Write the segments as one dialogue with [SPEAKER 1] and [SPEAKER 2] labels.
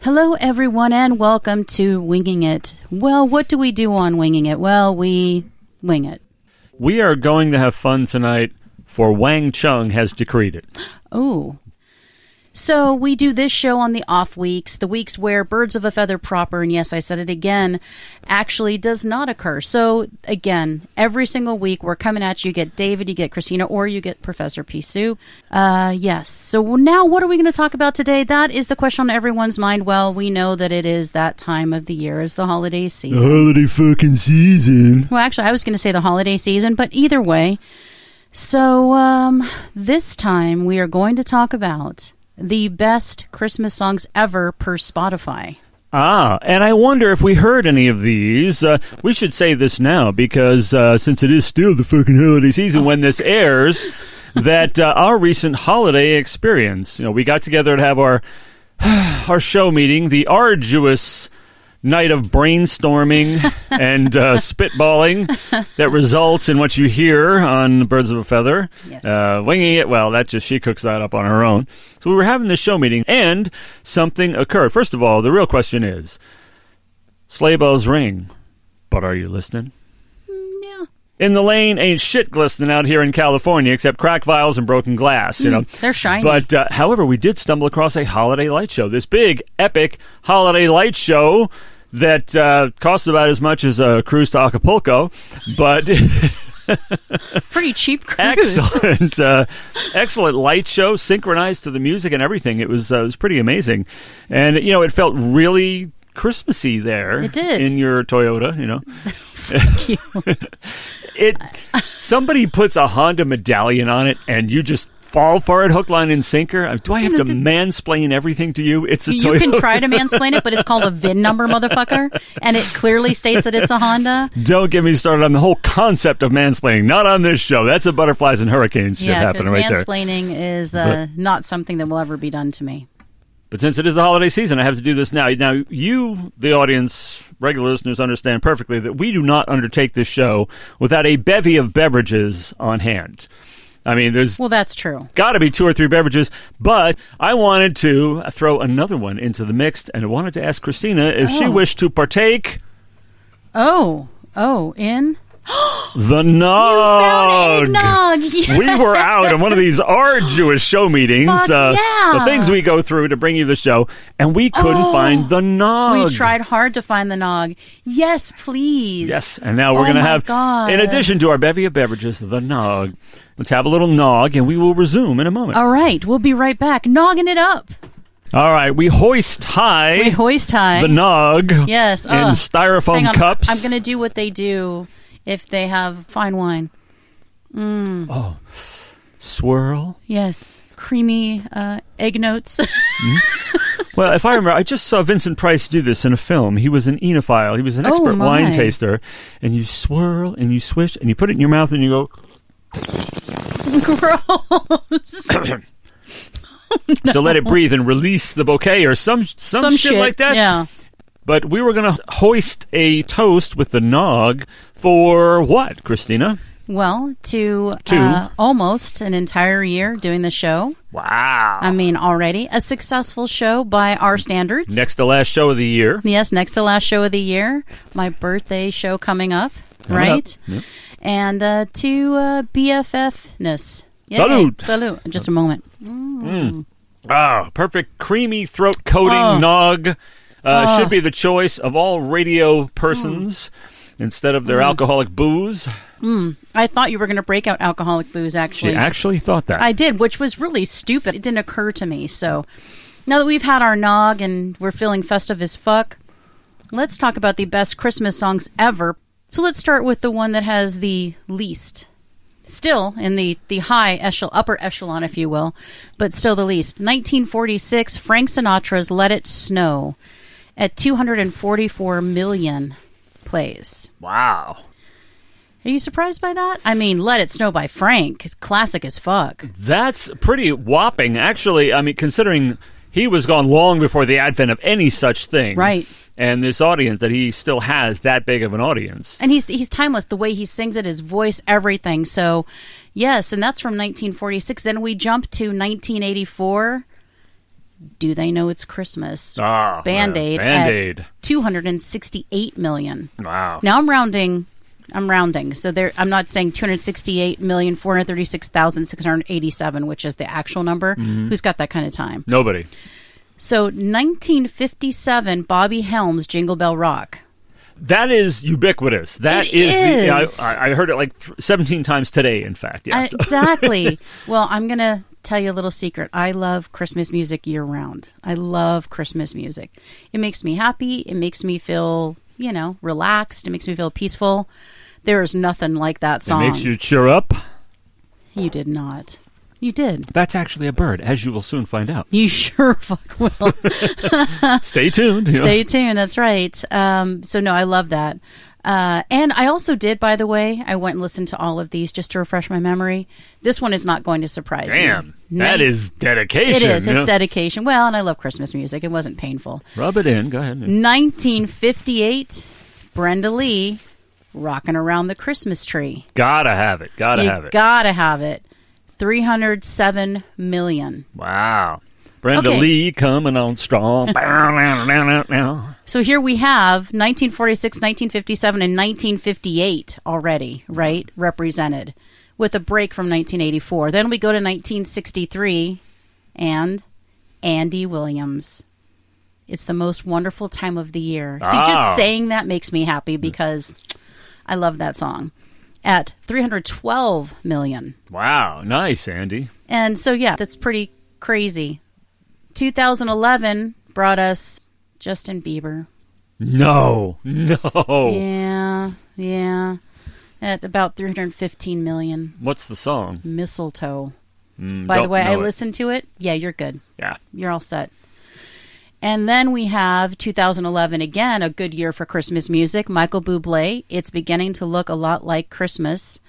[SPEAKER 1] Hello, everyone, and welcome to Winging It. Well, what do we do on Winging It? Well, we wing it.
[SPEAKER 2] We are going to have fun tonight, for Wang Chung has decreed it.
[SPEAKER 1] Oh. So we do this show on the off weeks, the weeks where birds of a feather proper, and yes, I said it again, actually does not occur. So again, every single week we're coming at you. You get David, you get Christina, or you get Professor Pisu. Uh, yes. So now what are we going to talk about today? That is the question on everyone's mind. Well, we know that it is that time of the year, is the holiday season.
[SPEAKER 2] Holiday fucking season.
[SPEAKER 1] Well, actually, I was going to say the holiday season, but either way. So, um, this time we are going to talk about the best Christmas songs ever per Spotify.
[SPEAKER 2] Ah, and I wonder if we heard any of these. Uh, we should say this now because uh, since it is still the fucking holiday season when this airs, that uh, our recent holiday experience, you know, we got together to have our our show meeting, the arduous night of brainstorming and uh, spitballing that results in what you hear on Birds of a Feather.
[SPEAKER 1] Yes.
[SPEAKER 2] Uh, winging it, well, that just, she cooks that up on her own. So we were having this show meeting and something occurred. First of all, the real question is sleigh bells ring, but are you listening?
[SPEAKER 1] Yeah.
[SPEAKER 2] In the lane ain't shit glistening out here in California except crack vials and broken glass, you know.
[SPEAKER 1] Hmm, They're shiny.
[SPEAKER 2] But uh, however, we did stumble across a holiday light show. This big, epic holiday light show that uh, costs about as much as a cruise to Acapulco, but
[SPEAKER 1] Pretty cheap cruise.
[SPEAKER 2] excellent, uh, excellent light show synchronized to the music and everything. It was uh, it was pretty amazing, and you know it felt really Christmassy there.
[SPEAKER 1] It did.
[SPEAKER 2] in your Toyota, you know. it somebody puts a Honda medallion on it and you just fall for it hook line and sinker Uh, do i have to mansplain everything to you it's a
[SPEAKER 1] You
[SPEAKER 2] toyota
[SPEAKER 1] can try to mansplain it, but it's called a VIN number, motherfucker. And it clearly states that it's a Honda.
[SPEAKER 2] don't get me started on the whole concept of mansplaining not on this show that's a butterflies and hurricanes shit
[SPEAKER 1] yeah,
[SPEAKER 2] happening right there
[SPEAKER 1] mansplaining is uh, not something that will ever be done to me.
[SPEAKER 2] But since it is the holiday season, I have to do this now. Now, you, the audience, regular listeners, understand perfectly that we do not undertake this show without a bevy of beverages on hand. I mean, there's
[SPEAKER 1] Well, that's true.
[SPEAKER 2] got to be two or three beverages, but I wanted to throw another one into the mix and I wanted to ask Christina if she
[SPEAKER 1] Oh.
[SPEAKER 2] wished to partake
[SPEAKER 1] Oh, oh, in?
[SPEAKER 2] the
[SPEAKER 1] found
[SPEAKER 2] nog.
[SPEAKER 1] eggnog! Yes.
[SPEAKER 2] we were out on one of these arduous show meetings. uh,
[SPEAKER 1] Fuck yeah.
[SPEAKER 2] The things we go through to bring you the show, and we couldn't
[SPEAKER 1] Oh.
[SPEAKER 2] find the nog.
[SPEAKER 1] We tried hard to find the nog. Yes, please.
[SPEAKER 2] Yes, and now
[SPEAKER 1] Oh
[SPEAKER 2] we're going to
[SPEAKER 1] my
[SPEAKER 2] have,
[SPEAKER 1] God.
[SPEAKER 2] in addition to our bevy of beverages, the nog. Let's have a little nog, and we will resume in a moment.
[SPEAKER 1] All right, we'll be right back. Nogging it up.
[SPEAKER 2] All right, we hoist high
[SPEAKER 1] We hoist high.
[SPEAKER 2] the nog
[SPEAKER 1] Yes,
[SPEAKER 2] in
[SPEAKER 1] ugh.
[SPEAKER 2] styrofoam
[SPEAKER 1] Hang on,
[SPEAKER 2] cups.
[SPEAKER 1] I'm gonna do what they do if they have fine wine.
[SPEAKER 2] Swirl.
[SPEAKER 1] Yes, creamy uh, egg notes.
[SPEAKER 2] Well, if I remember, I just saw Vincent Price do this in a film. He was an enophile. He was an
[SPEAKER 1] Oh,
[SPEAKER 2] expert
[SPEAKER 1] my.
[SPEAKER 2] wine taster. And you swirl and you swish and you put it in your mouth and you go,
[SPEAKER 1] Gross.
[SPEAKER 2] to let it breathe and release the bouquet or some some,
[SPEAKER 1] Some
[SPEAKER 2] shit, like that.
[SPEAKER 1] Yeah.
[SPEAKER 2] But we were going to hoist a toast with the nog for what, Christina?
[SPEAKER 1] Well, to
[SPEAKER 2] Two.
[SPEAKER 1] Uh, almost an entire year doing the show.
[SPEAKER 2] Wow.
[SPEAKER 1] I mean, already a successful show by our standards.
[SPEAKER 2] Next to last show of the year.
[SPEAKER 1] Yes, next to last show of the year, my birthday show coming up,
[SPEAKER 2] up.
[SPEAKER 1] right? And uh, to uh, BFFness. Yay.
[SPEAKER 2] Salute.
[SPEAKER 1] Salute. Just a moment.
[SPEAKER 2] Ah, perfect creamy throat coating
[SPEAKER 1] Oh. Ah.
[SPEAKER 2] nog. Uh, Should be the choice of all
[SPEAKER 1] Mm.
[SPEAKER 2] radio persons instead of their alcoholic booze.
[SPEAKER 1] I thought you were going to break out alcoholic booze,
[SPEAKER 2] She
[SPEAKER 1] actually.
[SPEAKER 2] actually thought that.
[SPEAKER 1] I did, which was really stupid. It didn't occur to me. So now that we've had our nog and we're feeling festive as fuck, let's talk about the best Christmas songs ever. So let's start with the one that has the least. Still in the, the high echelon, upper echelon, if you will, but still the least. 1946, Frank Sinatra's Let It Snow at 244 million plays.
[SPEAKER 2] wow.
[SPEAKER 1] Are you surprised by that? I mean, Let It Snow by Frank is classic as fuck.
[SPEAKER 2] That's pretty whopping, actually. I mean, considering he was gone long before the advent of any such thing.
[SPEAKER 1] Right.
[SPEAKER 2] And this audience that he still has that big of an audience.
[SPEAKER 1] and he's he's timeless the way he sings it his voice everything so yes and that's from 1946 then we jump to 1984 Do they know it's Christmas?
[SPEAKER 2] Ah,
[SPEAKER 1] Band Aid.
[SPEAKER 2] Band Aid.
[SPEAKER 1] Two hundred and sixty-eight million.
[SPEAKER 2] Wow.
[SPEAKER 1] Now I'm rounding. I'm rounding. So there, I'm not saying 268,436,687, which is the actual number.
[SPEAKER 2] Mm-hmm.
[SPEAKER 1] Who's got that kind of time?
[SPEAKER 2] Nobody.
[SPEAKER 1] So 1957, Bobby Helms, Jingle Bell Rock.
[SPEAKER 2] That is ubiquitous. That
[SPEAKER 1] It
[SPEAKER 2] is.
[SPEAKER 1] is.
[SPEAKER 2] The, I- I, I heard it like th- 17 times today, in fact. Yeah.
[SPEAKER 1] Uh,
[SPEAKER 2] so-
[SPEAKER 1] exactly. well, I'm going to tell you a little secret. I love Christmas music year round. I love Christmas music. It makes me happy. It makes me feel, you know, relaxed. It makes me feel peaceful. There is nothing like that
[SPEAKER 2] it
[SPEAKER 1] song.
[SPEAKER 2] makes you cheer up.
[SPEAKER 1] You did not. You did.
[SPEAKER 2] That's actually a bird, as you will soon find out.
[SPEAKER 1] You sure fuck will.
[SPEAKER 2] Stay tuned. you know.
[SPEAKER 1] Stay tuned. That's right. Um, so no, I love that. Uh, and I also did, by the way, I went and listened to all of these just to refresh my memory. This one is not going to surprise me.
[SPEAKER 2] Damn. That
[SPEAKER 1] Nin-
[SPEAKER 2] is dedication.
[SPEAKER 1] It is.
[SPEAKER 2] you know.
[SPEAKER 1] It's dedication. Well, and I love Christmas music. It wasn't painful.
[SPEAKER 2] Rub it in. Go ahead.
[SPEAKER 1] 1958, Brenda Lee, rocking around the Christmas tree.
[SPEAKER 2] Gotta have it. Gotta
[SPEAKER 1] you
[SPEAKER 2] have it.
[SPEAKER 1] gotta have it. 307 million.
[SPEAKER 2] wow. Brenda
[SPEAKER 1] Okay.
[SPEAKER 2] Lee coming on strong. wow.
[SPEAKER 1] So here we have 1946, 1957, and 1958 already, right? Represented with a break from 1984. Then we go to 1963 and Andy Williams. It's the most wonderful time of the year. So
[SPEAKER 2] Ah.
[SPEAKER 1] just saying that makes me happy because I love that song. At 312 million.
[SPEAKER 2] Nice, Andy.
[SPEAKER 1] And so, yeah, that's pretty crazy. 2011 brought us Justin Bieber.
[SPEAKER 2] No. No.
[SPEAKER 1] Yeah, yeah. At about 315 million
[SPEAKER 2] What's the song? Mm,
[SPEAKER 1] mistletoe. By the
[SPEAKER 2] don't
[SPEAKER 1] way,
[SPEAKER 2] know
[SPEAKER 1] I
[SPEAKER 2] it.
[SPEAKER 1] listened to it. Yeah, you're good.
[SPEAKER 2] Yeah.
[SPEAKER 1] You're all set. And then we have 2011 again, a good year for Christmas music. Michael Bublé, It's Beginning to Look a Lot Like Christmas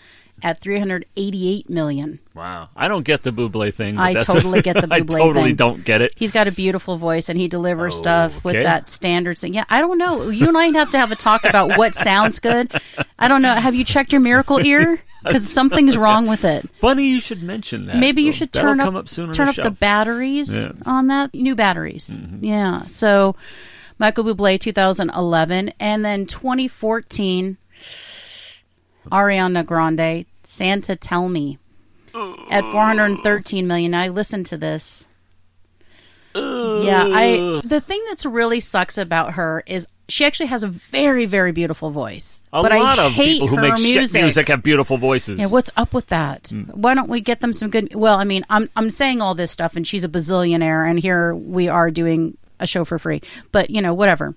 [SPEAKER 1] at 388 million.
[SPEAKER 2] Wow. I don't get the Buble thing. but
[SPEAKER 1] I
[SPEAKER 2] that's
[SPEAKER 1] totally get the
[SPEAKER 2] I
[SPEAKER 1] Bublé
[SPEAKER 2] totally
[SPEAKER 1] thing.
[SPEAKER 2] don't get it.
[SPEAKER 1] He's got a beautiful voice and he delivers stuff with
[SPEAKER 2] Okay.
[SPEAKER 1] that standard thing. Yeah, I don't know. You and I have to have a talk about what sounds good. I don't know. Have you checked your miracle ear? Because something's wrong with it.
[SPEAKER 2] Funny you should mention that.
[SPEAKER 1] Maybe you
[SPEAKER 2] though.
[SPEAKER 1] should
[SPEAKER 2] That'll
[SPEAKER 1] turn up,
[SPEAKER 2] come up soon on
[SPEAKER 1] turn
[SPEAKER 2] the
[SPEAKER 1] up the
[SPEAKER 2] shelf.
[SPEAKER 1] batteries
[SPEAKER 2] Yeah. Mm-hmm.
[SPEAKER 1] on that new batteries. Yeah. So Michael Bublé 2011 and then 2014 Ariana Grande Santa Tell Me at 413 million. I listened to this. Yeah, I the thing that's really sucks about her is she actually has a very very beautiful voice.
[SPEAKER 2] A
[SPEAKER 1] but
[SPEAKER 2] lot
[SPEAKER 1] I
[SPEAKER 2] of
[SPEAKER 1] hate
[SPEAKER 2] people who
[SPEAKER 1] her
[SPEAKER 2] make shit music have beautiful voices.
[SPEAKER 1] yeah, what's up with that? Why don't we get them some good? Well, I mean, I'm I'm saying all this stuff, and she's a bazillionaire, and here we are doing a show for free. But you know, whatever.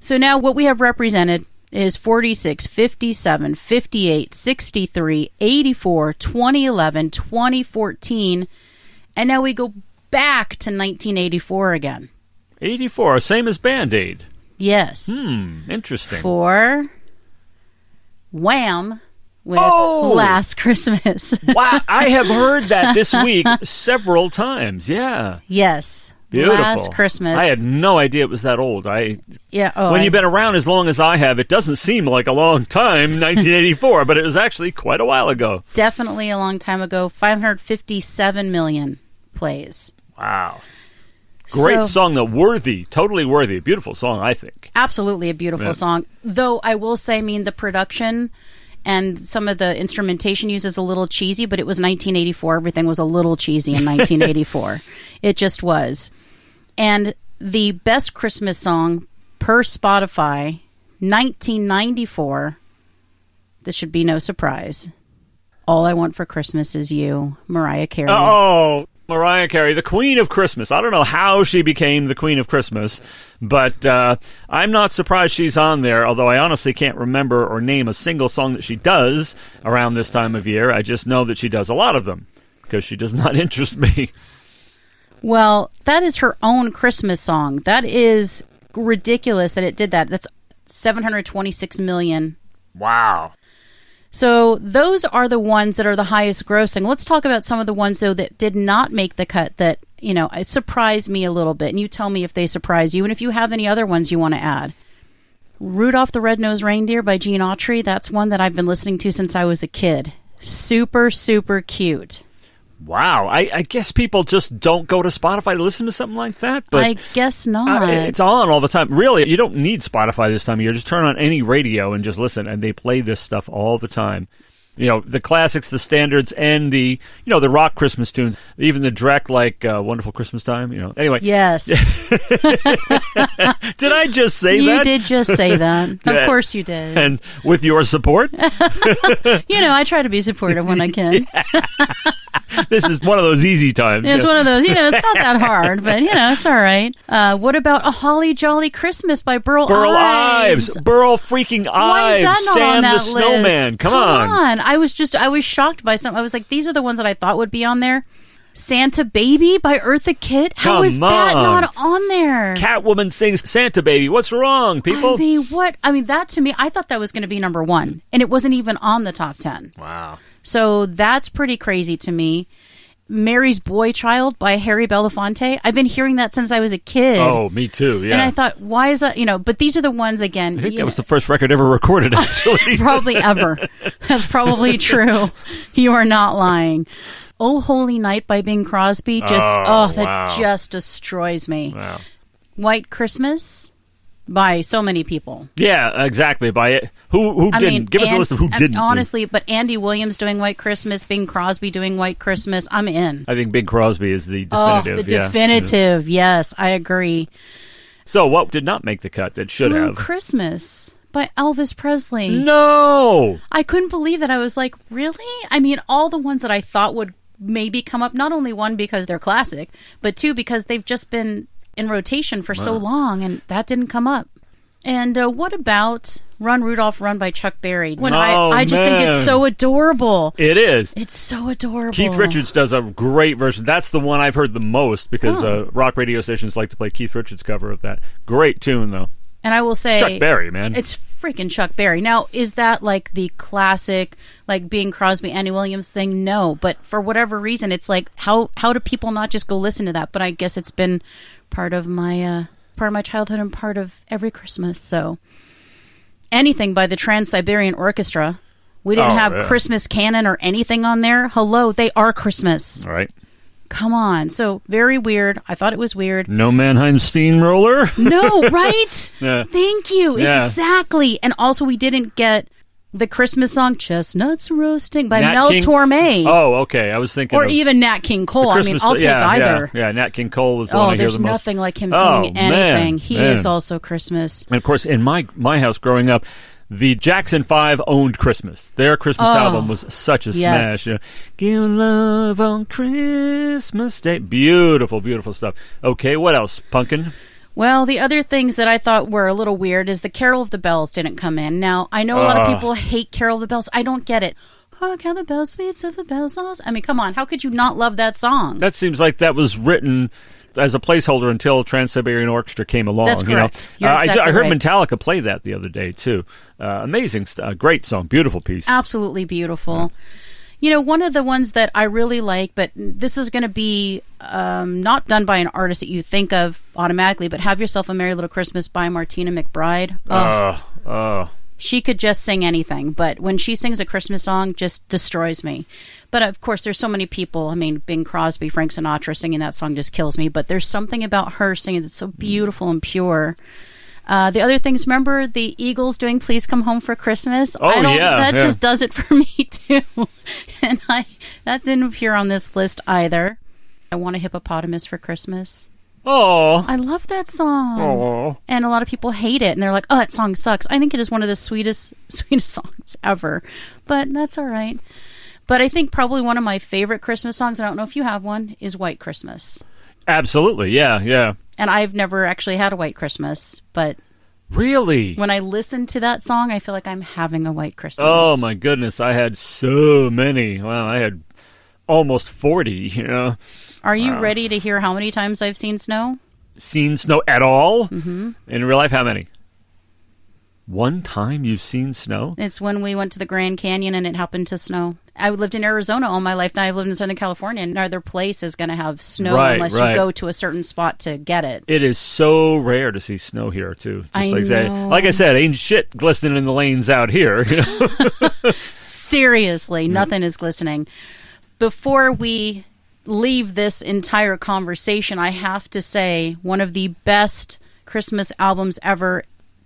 [SPEAKER 1] So now what we have represented is 46, 57, 58, 63, 84, 2011, 2014, and now we go back to 1984 again.
[SPEAKER 2] 84, same as Band Aid.
[SPEAKER 1] Yes,
[SPEAKER 2] Hmm, interesting.
[SPEAKER 1] for Wham with
[SPEAKER 2] Oh!
[SPEAKER 1] Last Christmas.
[SPEAKER 2] wow, I have heard that this week several times. Yeah,
[SPEAKER 1] Yes.
[SPEAKER 2] beautiful.
[SPEAKER 1] Last Christmas.
[SPEAKER 2] I had no idea it was that old. I
[SPEAKER 1] yeah. Oh,
[SPEAKER 2] when
[SPEAKER 1] I-
[SPEAKER 2] you've been around as long as I have, it doesn't seem like a long time, 1984, but it was actually quite a while ago.
[SPEAKER 1] definitely a long time ago. Five hundred fifty-seven million plays.
[SPEAKER 2] Wow, great
[SPEAKER 1] So-
[SPEAKER 2] song though, worthy, totally worthy, beautiful song, I think.
[SPEAKER 1] Absolutely a beautiful
[SPEAKER 2] Yeah.
[SPEAKER 1] song. Though I will say, I mean, the production and some of the instrumentation used is a little cheesy, but it was 1984. Everything was a little cheesy in 1984. it just was. And the best Christmas song per Spotify, 1994. This should be no surprise. All I Want for Christmas Is You, Mariah Carey.
[SPEAKER 2] Oh, Mariah Carey, the queen of Christmas. I don't know how she became the queen of Christmas, but uh, I'm not surprised she's on there, although I honestly can't remember or name a single song that she does around this time of year. I just know that she does a lot of them because she does not interest me.
[SPEAKER 1] Well, that is her own Christmas song. That is ridiculous that it did that. That's 726 million.
[SPEAKER 2] Wow.
[SPEAKER 1] So those are the ones that are the highest grossing. Let's talk about some of the ones though that did not make the cut that, you know, it surprised me a little bit. And you tell me if they surprise you and if you have any other ones you want to add. Rudolph the Red-Nosed Reindeer by Gene Autry, that's one that I've been listening to since I was a kid. Super super cute.
[SPEAKER 2] Wow. I, I guess people just don't go to Spotify to listen to something like that. But
[SPEAKER 1] I guess not.
[SPEAKER 2] Uh, it's on all the time. Really, you don't need Spotify this time of year. Just turn on any radio and just listen, and they play this stuff all the time. You know, the classics, the standards, and the you know the rock Christmas tunes, even the Drek like uh, "Wonderful Christmas Time." You know, anyway.
[SPEAKER 1] yes,
[SPEAKER 2] Did I just say
[SPEAKER 1] you
[SPEAKER 2] that?
[SPEAKER 1] did just say that.
[SPEAKER 2] Yeah.
[SPEAKER 1] Of course you did.
[SPEAKER 2] And with your support,
[SPEAKER 1] You know, I try to be supportive when I can.
[SPEAKER 2] this is one of those easy times.
[SPEAKER 1] It's
[SPEAKER 2] Yeah.
[SPEAKER 1] one of those, you know, it's not that hard, but you know, it's all right. Uh, what about A Holly Jolly Christmas by Burl,
[SPEAKER 2] Burl
[SPEAKER 1] Ives?
[SPEAKER 2] Ives, Burl freaking Ives,
[SPEAKER 1] Why is that not
[SPEAKER 2] Sam
[SPEAKER 1] on
[SPEAKER 2] the
[SPEAKER 1] that list?
[SPEAKER 2] Snowman. Come, on.
[SPEAKER 1] I was just, I was shocked by some. I was like, these are the ones that I thought would be on there. Santa Baby by Eartha Kitt. How
[SPEAKER 2] Come
[SPEAKER 1] is that
[SPEAKER 2] on.
[SPEAKER 1] not on there?
[SPEAKER 2] Catwoman sings Santa Baby. What's wrong, people?
[SPEAKER 1] I mean, what? I mean, that to me, I thought that was going to be number one, and it wasn't even on the top ten.
[SPEAKER 2] wow.
[SPEAKER 1] So that's pretty crazy to me. Mary's Boy Child by Harry Belafonte. I've been hearing that since I was a kid.
[SPEAKER 2] Oh, me too. Yeah.
[SPEAKER 1] And I thought, why is that? You know, but these are the ones again.
[SPEAKER 2] I think
[SPEAKER 1] you
[SPEAKER 2] that was the first record ever recorded,
[SPEAKER 1] know,
[SPEAKER 2] actually.
[SPEAKER 1] probably ever. That's probably true. You are not lying. Oh, Holy Night by Bing Crosby. Just
[SPEAKER 2] Oh,
[SPEAKER 1] oh, that
[SPEAKER 2] wow.
[SPEAKER 1] just destroys me.
[SPEAKER 2] wow.
[SPEAKER 1] White Christmas by so many people.
[SPEAKER 2] Yeah, exactly. By it, who who
[SPEAKER 1] I
[SPEAKER 2] didn't?
[SPEAKER 1] mean,
[SPEAKER 2] Give us a
[SPEAKER 1] and-
[SPEAKER 2] list of who
[SPEAKER 1] and
[SPEAKER 2] didn't. do-
[SPEAKER 1] Honestly, but Andy Williams doing White Christmas, Bing Crosby doing White Christmas. I'm in.
[SPEAKER 2] I think Big Crosby is the
[SPEAKER 1] Oh,
[SPEAKER 2] definitive.
[SPEAKER 1] the
[SPEAKER 2] yeah.
[SPEAKER 1] definitive. Yes, I agree.
[SPEAKER 2] So what did not make the cut that should
[SPEAKER 1] Blue
[SPEAKER 2] have?
[SPEAKER 1] Christmas by Elvis Presley.
[SPEAKER 2] no.
[SPEAKER 1] I couldn't believe that. I was like, really? I mean, all the ones that I thought would maybe come up, not only one, because they're classic, but two, because they've just been in rotation for so long, and that didn't come up. And uh, what about Run Rudolph Run by Chuck Berry? When
[SPEAKER 2] Oh,
[SPEAKER 1] I, I just think
[SPEAKER 2] man.
[SPEAKER 1] it's so adorable.
[SPEAKER 2] It is.
[SPEAKER 1] It's so adorable.
[SPEAKER 2] Keith Richards does a great version. That's the one I've heard the most because
[SPEAKER 1] Oh.
[SPEAKER 2] uh, rock radio stations like to play Keith Richards' cover of that. Great tune, though.
[SPEAKER 1] And I will say,
[SPEAKER 2] Chuck Berry, man.
[SPEAKER 1] It's freaking Chuck Berry. Now, is that like the classic, like being Crosby, Annie Williams thing? No, but for whatever reason, it's like how how do people not just go listen to that? But I guess it's been part of my uh, part of my childhood and part of every Christmas. So anything by the Trans Siberian Orchestra, we didn't
[SPEAKER 2] Oh,
[SPEAKER 1] have
[SPEAKER 2] yeah.
[SPEAKER 1] Christmas canon or anything on there. Hello, they are Christmas.
[SPEAKER 2] All right.
[SPEAKER 1] Come on, so very weird. I thought it was weird.
[SPEAKER 2] No Mannheim Steamroller.
[SPEAKER 1] No, right?
[SPEAKER 2] Yeah.
[SPEAKER 1] Thank you.
[SPEAKER 2] Yeah.
[SPEAKER 1] Exactly. And also, we didn't get the Christmas song "Chestnuts Roasting" by
[SPEAKER 2] Nat
[SPEAKER 1] Mel
[SPEAKER 2] King-
[SPEAKER 1] Torme,
[SPEAKER 2] Oh, okay. I was thinking
[SPEAKER 1] or
[SPEAKER 2] of
[SPEAKER 1] even Nat King Cole. I mean,
[SPEAKER 2] Christmas. uh,
[SPEAKER 1] I'll take
[SPEAKER 2] yeah,
[SPEAKER 1] either.
[SPEAKER 2] Yeah, yeah, Nat King Cole was the one
[SPEAKER 1] Oh,
[SPEAKER 2] I hear
[SPEAKER 1] there's
[SPEAKER 2] the most.
[SPEAKER 1] nothing like him
[SPEAKER 2] Oh,
[SPEAKER 1] singing
[SPEAKER 2] man,
[SPEAKER 1] anything. he is
[SPEAKER 2] man.
[SPEAKER 1] also Christmas.
[SPEAKER 2] And of course, in my my house growing up, the Jackson Five owned Christmas. Their Christmas
[SPEAKER 1] Oh.
[SPEAKER 2] album was such a
[SPEAKER 1] Yes.
[SPEAKER 2] smash. You know, Give love on Christmas Day. Beautiful, beautiful stuff. Okay, what else? Pumpkin.
[SPEAKER 1] Well, the other things that I thought were a little weird is the Carol of the Bells didn't come in. Now, I know a lot of
[SPEAKER 2] Ugh.
[SPEAKER 1] people hate Carol of the Bells. I don't get it. Hark how the bells, sweet silver bells. bells. I mean, come on. How could you not love that song?
[SPEAKER 2] That seems like that was written as a placeholder until Trans Siberian Orchestra came along.
[SPEAKER 1] That's
[SPEAKER 2] you know.
[SPEAKER 1] correct. You're
[SPEAKER 2] Uh, I- I,
[SPEAKER 1] exactly
[SPEAKER 2] heard
[SPEAKER 1] right.
[SPEAKER 2] Metallica play that the other day too. Uh, amazing, st- uh, great song, beautiful piece.
[SPEAKER 1] absolutely beautiful. You know, one of the ones that I really like, but this is going to be um, not done by an artist that you think of automatically, but Have Yourself a Merry Little Christmas by Martina McBride. Oh,
[SPEAKER 2] Oh, oh.
[SPEAKER 1] she could just sing anything, but when she sings a Christmas song, just destroys me. But of course, there's so many people. I mean, Bing Crosby, Frank Sinatra singing that song just kills me. But there's something about her singing that's so
[SPEAKER 2] Mm.
[SPEAKER 1] beautiful and pure. Uh, the other things, remember the Eagles doing "Please Come Home for Christmas."
[SPEAKER 2] Oh,
[SPEAKER 1] I don't,
[SPEAKER 2] yeah,
[SPEAKER 1] that
[SPEAKER 2] yeah.
[SPEAKER 1] just does it for me too. and I that didn't appear on this list either. I want a hippopotamus for Christmas.
[SPEAKER 2] Oh.
[SPEAKER 1] I love that song
[SPEAKER 2] Oh.
[SPEAKER 1] and a lot of people hate it and they're like oh that song sucks i think it is one of the sweetest sweetest songs ever but that's all right but i think probably one of my favorite christmas songs and i don't know if you have one is white christmas
[SPEAKER 2] Absolutely. Yeah, yeah.
[SPEAKER 1] and i've never actually had a white christmas but
[SPEAKER 2] Really?
[SPEAKER 1] when i listen to that song i feel like i'm having a white christmas
[SPEAKER 2] Oh my goodness, I had so many. Wow, I had almost 40, you know.
[SPEAKER 1] are you ready to hear how many times i've seen snow
[SPEAKER 2] Seen snow at all? Mm-hmm. In real life, how many? One time you've seen snow?
[SPEAKER 1] it's when we went to the grand canyon and it happened to snow i lived in arizona all my life now i've lived in southern california and neither place is going to have snow
[SPEAKER 2] Right,
[SPEAKER 1] unless
[SPEAKER 2] right.
[SPEAKER 1] you go to a certain spot to get it
[SPEAKER 2] It is so rare to see snow here, too. Just
[SPEAKER 1] I
[SPEAKER 2] like, say-
[SPEAKER 1] know.
[SPEAKER 2] like I said, ain't shit glistening in the lanes out here. you know?
[SPEAKER 1] Seriously, nothing is glistening. before we leave this entire conversation, I have to say one of the best Christmas albums ever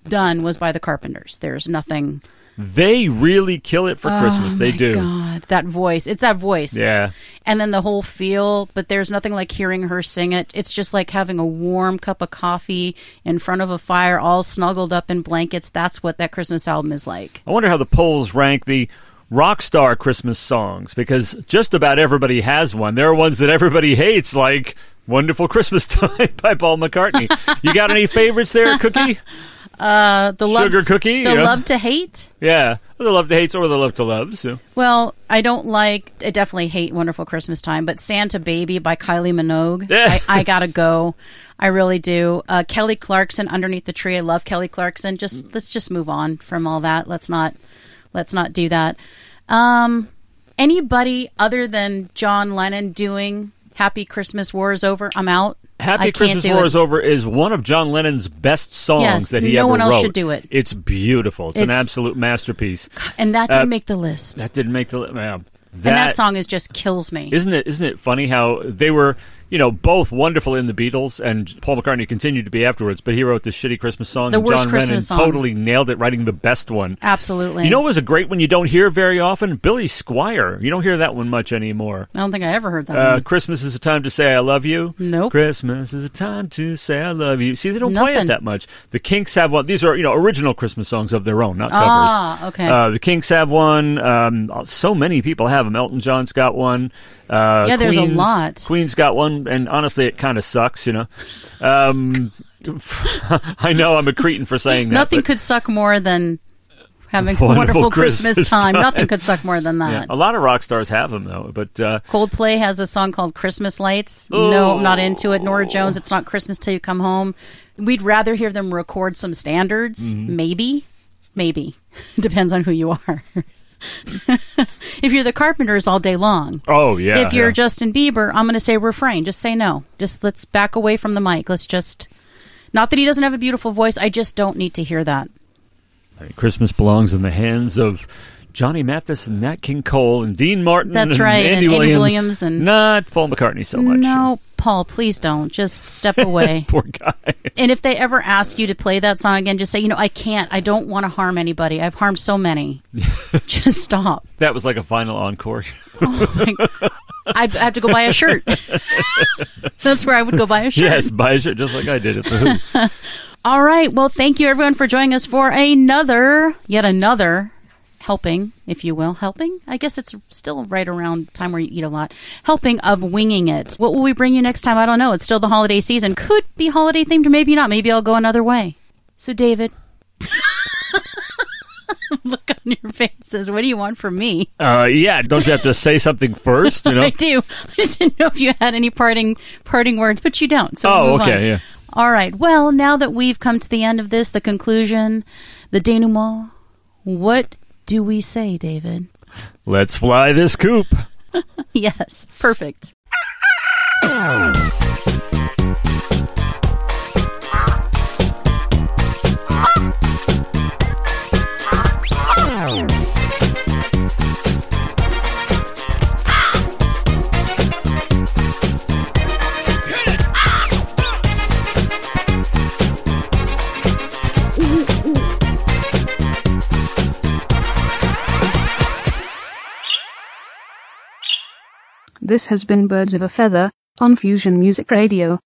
[SPEAKER 1] done was by the Carpenters. There's nothing.
[SPEAKER 2] They really kill it for Christmas.
[SPEAKER 1] Oh,
[SPEAKER 2] They
[SPEAKER 1] my
[SPEAKER 2] do.
[SPEAKER 1] God, that voice. It's that voice.
[SPEAKER 2] Yeah.
[SPEAKER 1] And then the whole feel, but there's nothing like hearing her sing it. It's just like having a warm cup of coffee in front of a fire, all snuggled up in blankets. That's what that Christmas album is like.
[SPEAKER 2] I wonder how the polls rank the rock star Christmas songs because just about everybody has one. There are ones that everybody hates, like "Wonderful Christmas Time" by Paul McCartney. you got any favorites there, Cookie?
[SPEAKER 1] Uh, the love
[SPEAKER 2] Sugar
[SPEAKER 1] to,
[SPEAKER 2] cookie,
[SPEAKER 1] The
[SPEAKER 2] you know?
[SPEAKER 1] love to hate.
[SPEAKER 2] Yeah, the love to hates or the love to loves. So.
[SPEAKER 1] Well, I don't like. I definitely hate "Wonderful Christmas Time," but "Santa Baby" by Kylie Minogue.
[SPEAKER 2] Yeah.
[SPEAKER 1] I, I gotta go. I really do. Uh, Kelly Clarkson, "Underneath the Tree." I love Kelly Clarkson. Just let's just move on from all that. Let's not let's not do that. Um, anybody other than John Lennon doing "Happy Christmas War is Over"? I'm out. I
[SPEAKER 2] Happy
[SPEAKER 1] can't
[SPEAKER 2] Christmas
[SPEAKER 1] do
[SPEAKER 2] War
[SPEAKER 1] it.
[SPEAKER 2] is Over is one of John Lennon's best songs
[SPEAKER 1] Yes,
[SPEAKER 2] that he
[SPEAKER 1] no
[SPEAKER 2] ever
[SPEAKER 1] one else
[SPEAKER 2] wrote.
[SPEAKER 1] should do it.
[SPEAKER 2] It's beautiful. It's, an
[SPEAKER 1] It's-
[SPEAKER 2] absolute masterpiece.
[SPEAKER 1] and that didn't
[SPEAKER 2] Uh,
[SPEAKER 1] make the list.
[SPEAKER 2] That didn't make the li- yeah, that,
[SPEAKER 1] and that song is just kills me.
[SPEAKER 2] Isn't it? Isn't it funny how they were, you know, both wonderful in the Beatles, and Paul McCartney continued to be afterwards. But he wrote this shitty Christmas song,
[SPEAKER 1] The
[SPEAKER 2] and
[SPEAKER 1] worst
[SPEAKER 2] John Lennon
[SPEAKER 1] Christmas song.
[SPEAKER 2] totally nailed it, writing the best one.
[SPEAKER 1] Absolutely.
[SPEAKER 2] You know, what was a great one you don't hear very often. Billy Squire. You don't hear that one much anymore.
[SPEAKER 1] I don't think I ever heard that.
[SPEAKER 2] Uh,
[SPEAKER 1] one.
[SPEAKER 2] Christmas is a time to say I love you.
[SPEAKER 1] Mm. Nope.
[SPEAKER 2] Christmas is a time to say I love you. See, they don't play
[SPEAKER 1] Nothing.
[SPEAKER 2] it that much. The Kinks have one. These are you know original Christmas songs of their own, not covers.
[SPEAKER 1] Ah, okay.
[SPEAKER 2] Uh, the Kinks have one. Um, so many people have them. Elton John's got one. Uh,
[SPEAKER 1] Yeah, there's a
[SPEAKER 2] Queen's-
[SPEAKER 1] lot.
[SPEAKER 2] Queen's got one, and honestly, it kind of sucks. You know. Um, I know I'm a cretin for saying that.
[SPEAKER 1] Nothing
[SPEAKER 2] but-
[SPEAKER 1] could suck more than having
[SPEAKER 2] Wonderful
[SPEAKER 1] wonderful, Christmas,
[SPEAKER 2] Christmas
[SPEAKER 1] time.
[SPEAKER 2] time.
[SPEAKER 1] Nothing could suck more than
[SPEAKER 2] yeah,
[SPEAKER 1] that.
[SPEAKER 2] a lot of rock stars have them though, but uh,
[SPEAKER 1] Coldplay has a song called Christmas Lights. No, I'm not into it. Nora Jones, it's not Christmas till you come home. We'd rather hear them record some standards,
[SPEAKER 2] Mm-hmm.
[SPEAKER 1] maybe. Maybe. Depends on who you are. if you're the Carpenters all day long,
[SPEAKER 2] oh yeah,
[SPEAKER 1] if you're
[SPEAKER 2] yeah.
[SPEAKER 1] Justin Bieber, I'm going to say refrain. Just say no. Just let's back away from the mic. Let's just. Not that he doesn't have a beautiful voice. I just don't need to hear that.
[SPEAKER 2] I mean, Christmas belongs in the hands of Johnny Mathis and Nat King Cole and Dean Martin.
[SPEAKER 1] That's
[SPEAKER 2] and
[SPEAKER 1] right, and
[SPEAKER 2] Andy
[SPEAKER 1] Andy
[SPEAKER 2] Williams,
[SPEAKER 1] Williams and-
[SPEAKER 2] not Paul McCartney so much.
[SPEAKER 1] No, Paul, please don't. Just step away.
[SPEAKER 2] poor guy.
[SPEAKER 1] and if they ever ask you to play that song again, just say, you know, I can't. I don't want to harm anybody. I've harmed so many. just stop.
[SPEAKER 2] That was like a final encore.
[SPEAKER 1] Like, I I have to go buy a shirt. That's where I would go buy a shirt.
[SPEAKER 2] yes, buy a shirt just like I did at the Who.
[SPEAKER 1] All right. Well, thank you everyone for joining us for another, yet another helping, if you will. Helping? I guess it's still right around time where you eat a lot. Helping of Winging It. What will we bring you next time? I don't know. It's still the holiday season. Could be holiday themed, or maybe not. Maybe I'll go another way. So, David. Look on your faces. What do you want from me?
[SPEAKER 2] Uh, yeah, don't you have to say something first? You know,
[SPEAKER 1] I do. I just didn't know if you had any parting parting words, but you don't. So
[SPEAKER 2] Oh,
[SPEAKER 1] we'll move
[SPEAKER 2] okay,
[SPEAKER 1] on.
[SPEAKER 2] yeah.
[SPEAKER 1] All right. Well, now that we've come to the end of this, the conclusion, the denouement, what do we say, David?
[SPEAKER 2] let's fly this coop.
[SPEAKER 1] Yes, perfect.
[SPEAKER 3] This has been Birds of a Feather on Fusion Music Radio.